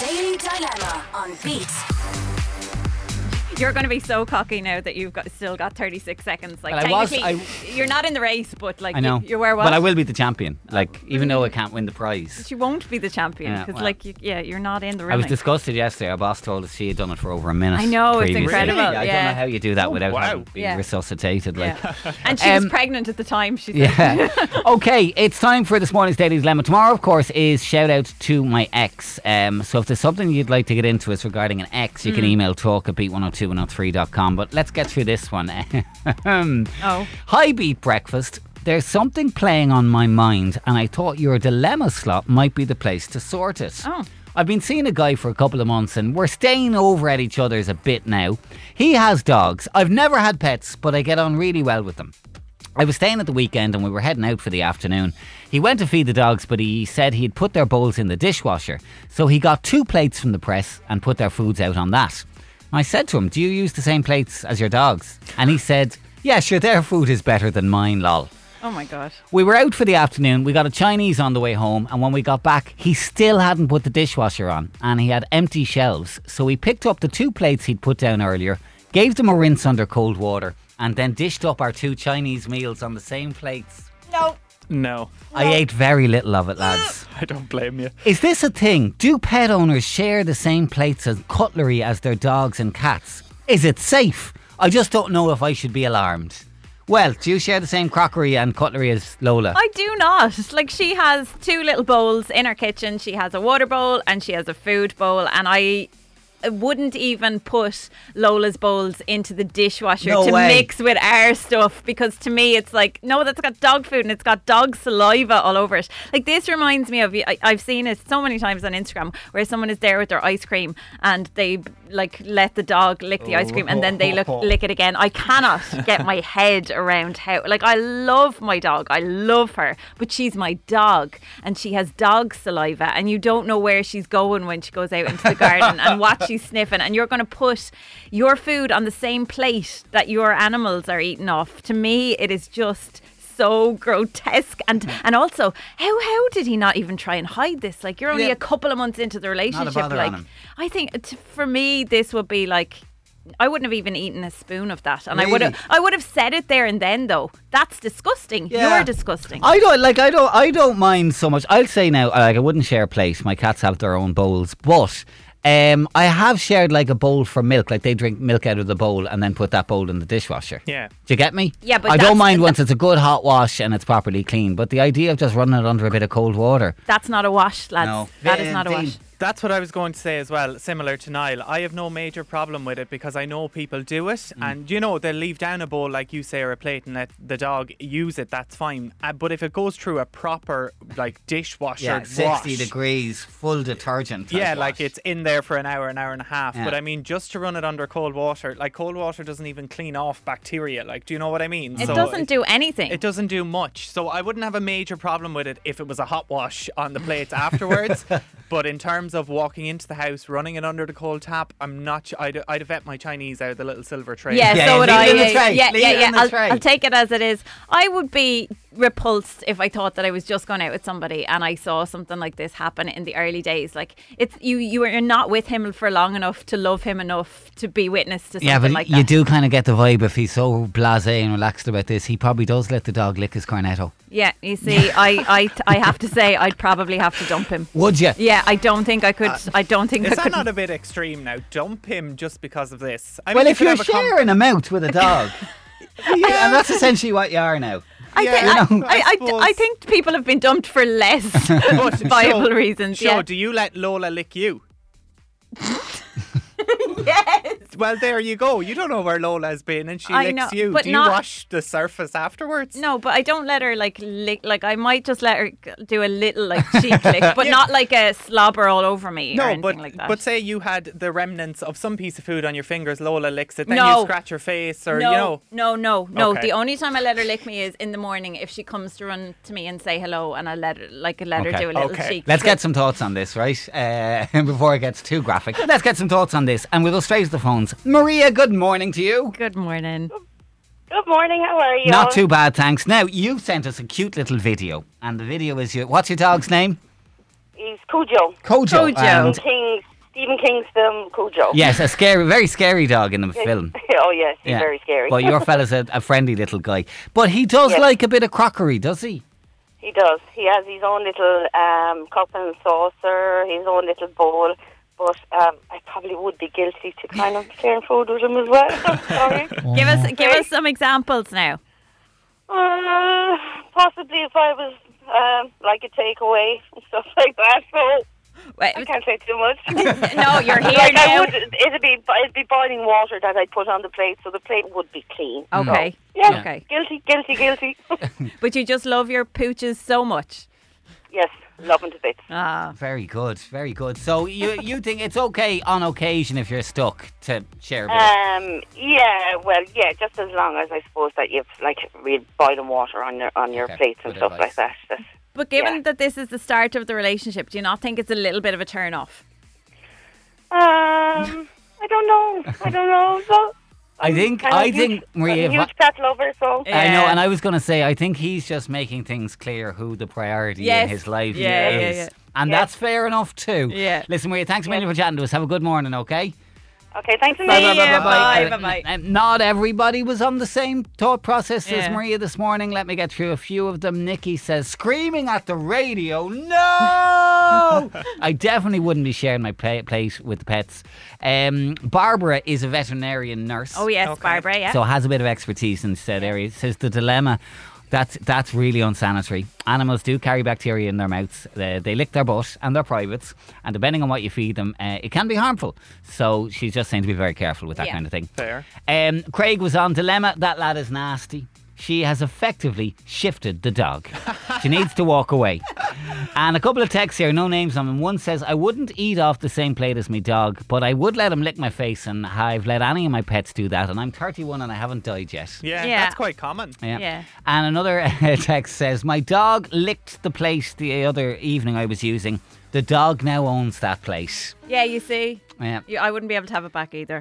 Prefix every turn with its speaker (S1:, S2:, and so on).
S1: Daily Dilemma on Beat.
S2: You're going to be so cocky now that you've got still got 36 seconds. Like
S3: Well, I was-
S2: technically, you're not in the race, but like
S3: I know.
S2: You, Oh, you're where was.
S3: But I will be the champion. Like, even though I can't win the prize.
S2: She won't be the champion
S3: Yeah,
S2: because
S3: well.
S2: like you, yeah, you're not in the
S3: I was
S2: running.
S3: disgusted yesterday. Our boss told us she had done it for over a minute.
S2: I know, it's
S3: previously.
S2: incredible,
S3: I don't
S2: yeah.
S3: know how you do that without
S4: wow.
S3: having being
S2: Yeah.
S3: resuscitated. Like,
S2: yeah. and she was
S3: Um,
S2: pregnant at the time. She said,
S3: Yeah. okay, it's time for this morning's Daily Dilemma. Tomorrow, of course, is shout out to my ex. Um, so if there's something you'd like to get into us regarding an ex, you can
S2: Mm.
S3: email talk at beat102103.com. But let's get through this one.
S2: "Oh,
S3: Hi, Beat Breakfast. There's something playing on my mind, and I thought your dilemma slot might be the place to sort it.
S2: Oh.
S3: I've been seeing a guy for a couple of months, and we're staying over at each other's a bit now. He has dogs. I've never had pets, but I get on really well with them. I was staying at the weekend and we were heading out for the afternoon. He went to feed the dogs, but he said he'd put their bowls in the dishwasher. So he got two plates from the press and put their foods out on that. I said to him, Do you use the same plates as your dogs? And he said, Yeah, sure, their food is better than mine, lol.
S2: oh my god."
S3: We were out for the afternoon. We got a Chinese on the way home, and when we got back, he still hadn't put the dishwasher on, and he had empty shelves. So he picked up the two plates he'd put down earlier, gave them a rinse under cold water, and then dished up our two Chinese meals on the same plates.
S4: No,
S3: I ate very little of it, lads.
S4: I don't blame you.
S3: Is this a thing? Do pet owners share the same plates and cutlery as their dogs and cats? Is it safe? I just don't know if I should be alarmed. Well, do you share the same crockery and cutlery as Lola?
S2: I do not. Like she has two little bowls in her kitchen. She has a water bowl and she has a food bowl and I wouldn't even put Lola's bowls into the dishwasher
S3: No
S2: to
S3: way.
S2: mix with our stuff because to me it's like no that's got dog food and it's got dog saliva all over it like this reminds me of I, I've seen it so many times on Instagram where someone is there with their ice cream and they like let the dog lick the ice cream and then they look lick it again I cannot get my head around how like I love my dog I love her but she's my dog and she has dog saliva and you don't know where she's going when she goes out into the garden and what she's sniffing and you're going to put your food on the same plate that your animals are eating off to me it is just so grotesque and
S3: Hmm.
S2: and also how how did he not even try and hide this like you're only
S3: Yeah.
S2: a couple of months into the relationship
S3: bother
S2: like
S3: on him.
S2: i think t- for me this would be like I wouldn't have even eaten a spoon of that, and I would have.
S3: Really?
S2: I would have said it there and then, though. That's disgusting.
S3: Yeah.
S2: You're disgusting.
S3: I don't like. I don't. I don't mind so much. I'll say now. uh, Like I wouldn't share a plate. My cats have their own bowls, but. Um, I have shared like a bowl for milk, like they drink milk out of the bowl and then put that bowl in the dishwasher.
S4: Yeah.
S3: do you get me?
S2: Yeah, but
S3: I
S2: that's-
S3: don't mind once it's a good hot wash and it's properly clean. But the idea of just running it under a bit of cold water,
S2: That's not a wash, lads.
S3: No.
S2: That is not a wash.
S3: Indeed.
S4: That's what I was going to say as well, similar to Niall. I have no major problem with it because I know people do it. And, you know, they'll leave down a bowl, like you say, or a plate and let the dog use it. That's fine. Uh, but if it goes through a proper, like, dishwasher
S3: yeah,
S4: wash,
S3: sixty degrees, full detergent.
S4: Yeah,
S3: type
S4: like
S3: wash.
S4: it's in there for an hour, an hour and a half. But
S3: Yeah.
S4: I mean, just to run it under cold water, like cold water doesn't even clean off bacteria. Like, do you know what I mean?
S3: Mm.
S2: It doesn't do anything.
S4: It doesn't do much. So I wouldn't have a major problem with it if it was a hot wash on the plates afterwards. But in terms of walking into the house, running it under the cold tap, I'm not. su- I'd, I'd have ate my Chinese out of the little silver tray.
S2: Yeah,
S3: Yeah,
S2: so
S3: yeah,
S2: would
S3: leave
S2: I.
S3: it in the
S2: yeah,
S3: tray,
S2: Yeah,
S3: leave
S2: yeah,
S3: it in
S2: yeah.
S3: the
S2: I'll,
S3: tray.
S2: I'll take it as it is. I would be repulsed if I thought that I was just going out with somebody and I saw something like this happen in the early days. Like it's you, you are not with him for long enough to love him enough to be witness to something
S3: Yeah, but
S2: like that.
S3: you do kind of get the vibe if he's so blasé and relaxed about this, he probably does let the dog lick his cornetto.
S2: Yeah, you see, I, I, I have to say, I'd probably have to dump him.
S3: Would you?
S2: Yeah, I don't think I could. I don't think
S4: Uh, Is
S2: I
S4: that
S2: could.
S4: not a bit extreme now? Dump him just because of this. I
S3: Well,
S4: mean,
S3: if
S4: you
S3: you're
S4: could have a com-
S3: sharing a mouth with a dog, yeah, and that's essentially what you are now.
S2: I,
S4: Yeah,
S2: think,
S4: you know.
S2: I, I, I,
S4: I
S2: I think people have been dumped for less
S4: But
S2: viable
S4: Sure,
S2: reasons.
S4: Sure,
S2: yeah.
S4: do you let Lola lick you? yes. Well, there you go. You don't know where Lola's been, and she
S2: I
S4: licks
S2: know,
S4: you.
S2: but
S4: do you
S2: not-
S4: wash the surface afterwards?
S2: No, but I don't let her like lick. Like I might just let her g- do a little like cheek lick, but not like a slobber all over me or
S4: No,
S2: anything
S4: but
S2: like that.
S4: but say you had the remnants of some piece of food on your fingers. Lola licks it, then
S2: No.
S4: you scratch your face, or
S2: no,
S4: you know.
S2: no, no, no.
S4: Okay.
S2: The only time I let her lick me is in the morning if she comes to run to me and say hello, and I let her like let her
S3: Okay.
S2: do a little
S4: Okay.
S2: cheek.
S3: Let's
S2: lick.
S3: get some thoughts on this, right? Uh, before it gets too graphic, let's get some thoughts on this, and we'll go straight to the phones. Maria, good morning to you.
S2: Good morning.
S5: Good morning. How are you?
S3: Not too bad, thanks. Now you sent us a cute little video, and the video is your. What's your dog's name?
S5: He's Cujo.
S3: Kojo.
S2: Kojo.
S3: And
S5: King's Stephen King's film Cujo.
S3: Yes, a scary, very scary dog in the film.
S5: oh yes, he's very scary.
S3: Well, your fella's a, a friendly little guy, but he does
S5: Yes.
S3: like a bit of crockery, does he?
S5: He does. He has his own little um, cup and saucer, his own little bowl. But um, I probably would be guilty to kind of sharing food with him as well. I'm sorry.
S2: Give us give us some examples now.
S5: Uh, possibly if I was um, like a takeaway and stuff like that. So
S2: Wait,
S5: I can't say too much.
S2: no, you're here
S5: like I
S2: now.
S5: would, it'd be it'd be boiling water that I'd put on the plate, so the plate would be clean.
S2: Okay.
S5: Yeah.
S2: Okay.
S5: Guilty, guilty, guilty.
S2: But you just love your pooches so much.
S5: yes, love him to bits.
S2: Ah.
S3: Very good, very good. So you you think it's okay on occasion if you're stuck to share a bit? of-
S2: Uh,
S5: Um, yeah, well, yeah, just as long as I suppose that you've like real boiling water on your on your
S3: Okay,
S5: plates and
S3: good
S5: stuff
S3: advice.
S5: like that. That's,
S2: But given
S5: Yeah.
S2: that this is the start of the relationship, do you not think it's a little bit of a turn off?
S5: um, I don't know, I don't know. So
S3: I think
S5: I'm a
S3: I
S5: huge-
S3: think Maria.
S5: a
S3: if I-
S5: huge pet lover, so
S2: Yeah.
S3: I know, and I was going to say, I think he's just making things clear who the priority in
S2: Yes.
S3: his life
S2: Yeah, yeah,
S3: is.
S2: yeah.
S3: And
S5: Yeah.
S3: that's fair enough, too.
S2: Yeah.
S3: Listen, Maria, thanks a million for chatting to us. Have a good morning, okay?
S5: okay, thanks a
S2: Bye,
S5: million.
S2: bye, bye, bye,
S3: Uh,
S2: bye, bye.
S3: n- n- Not everybody was on the same thought process as
S2: Yeah.
S3: Maria this morning. Let me get through a few of them. Nikki says, screaming at the radio, no! I definitely wouldn't be sharing my pla- plate with the pets. Um, Barbara is a veterinarian nurse.
S2: Oh yes,
S4: Okay.
S2: Barbara. Yeah.
S3: So has a bit of expertise in said area. Says the dilemma. That's that's really unsanitary. Animals do carry bacteria in their mouths. They, they lick their butt and their privates, and depending on what you feed them, uh, it can be harmful. So she's just saying to be very careful with that
S2: Yeah.
S3: kind of thing.
S4: Fair.
S3: Um, Craig was on dilemma. That lad is nasty. She has effectively shifted the dog. she needs to walk away. And a couple of texts here, no names on them. One says, I wouldn't eat off the same plate as my dog, but I would let him lick my face, and I've let any of my pets do that. And I'm 31 and I haven't died yet.
S4: Yeah,
S2: Yeah.
S4: that's quite common.
S2: Yeah.
S3: And another text says, My dog licked the place the other evening I was using. The dog now owns that place.
S2: yeah. You see,
S3: Yeah.
S2: you, I wouldn't be able to have it back either.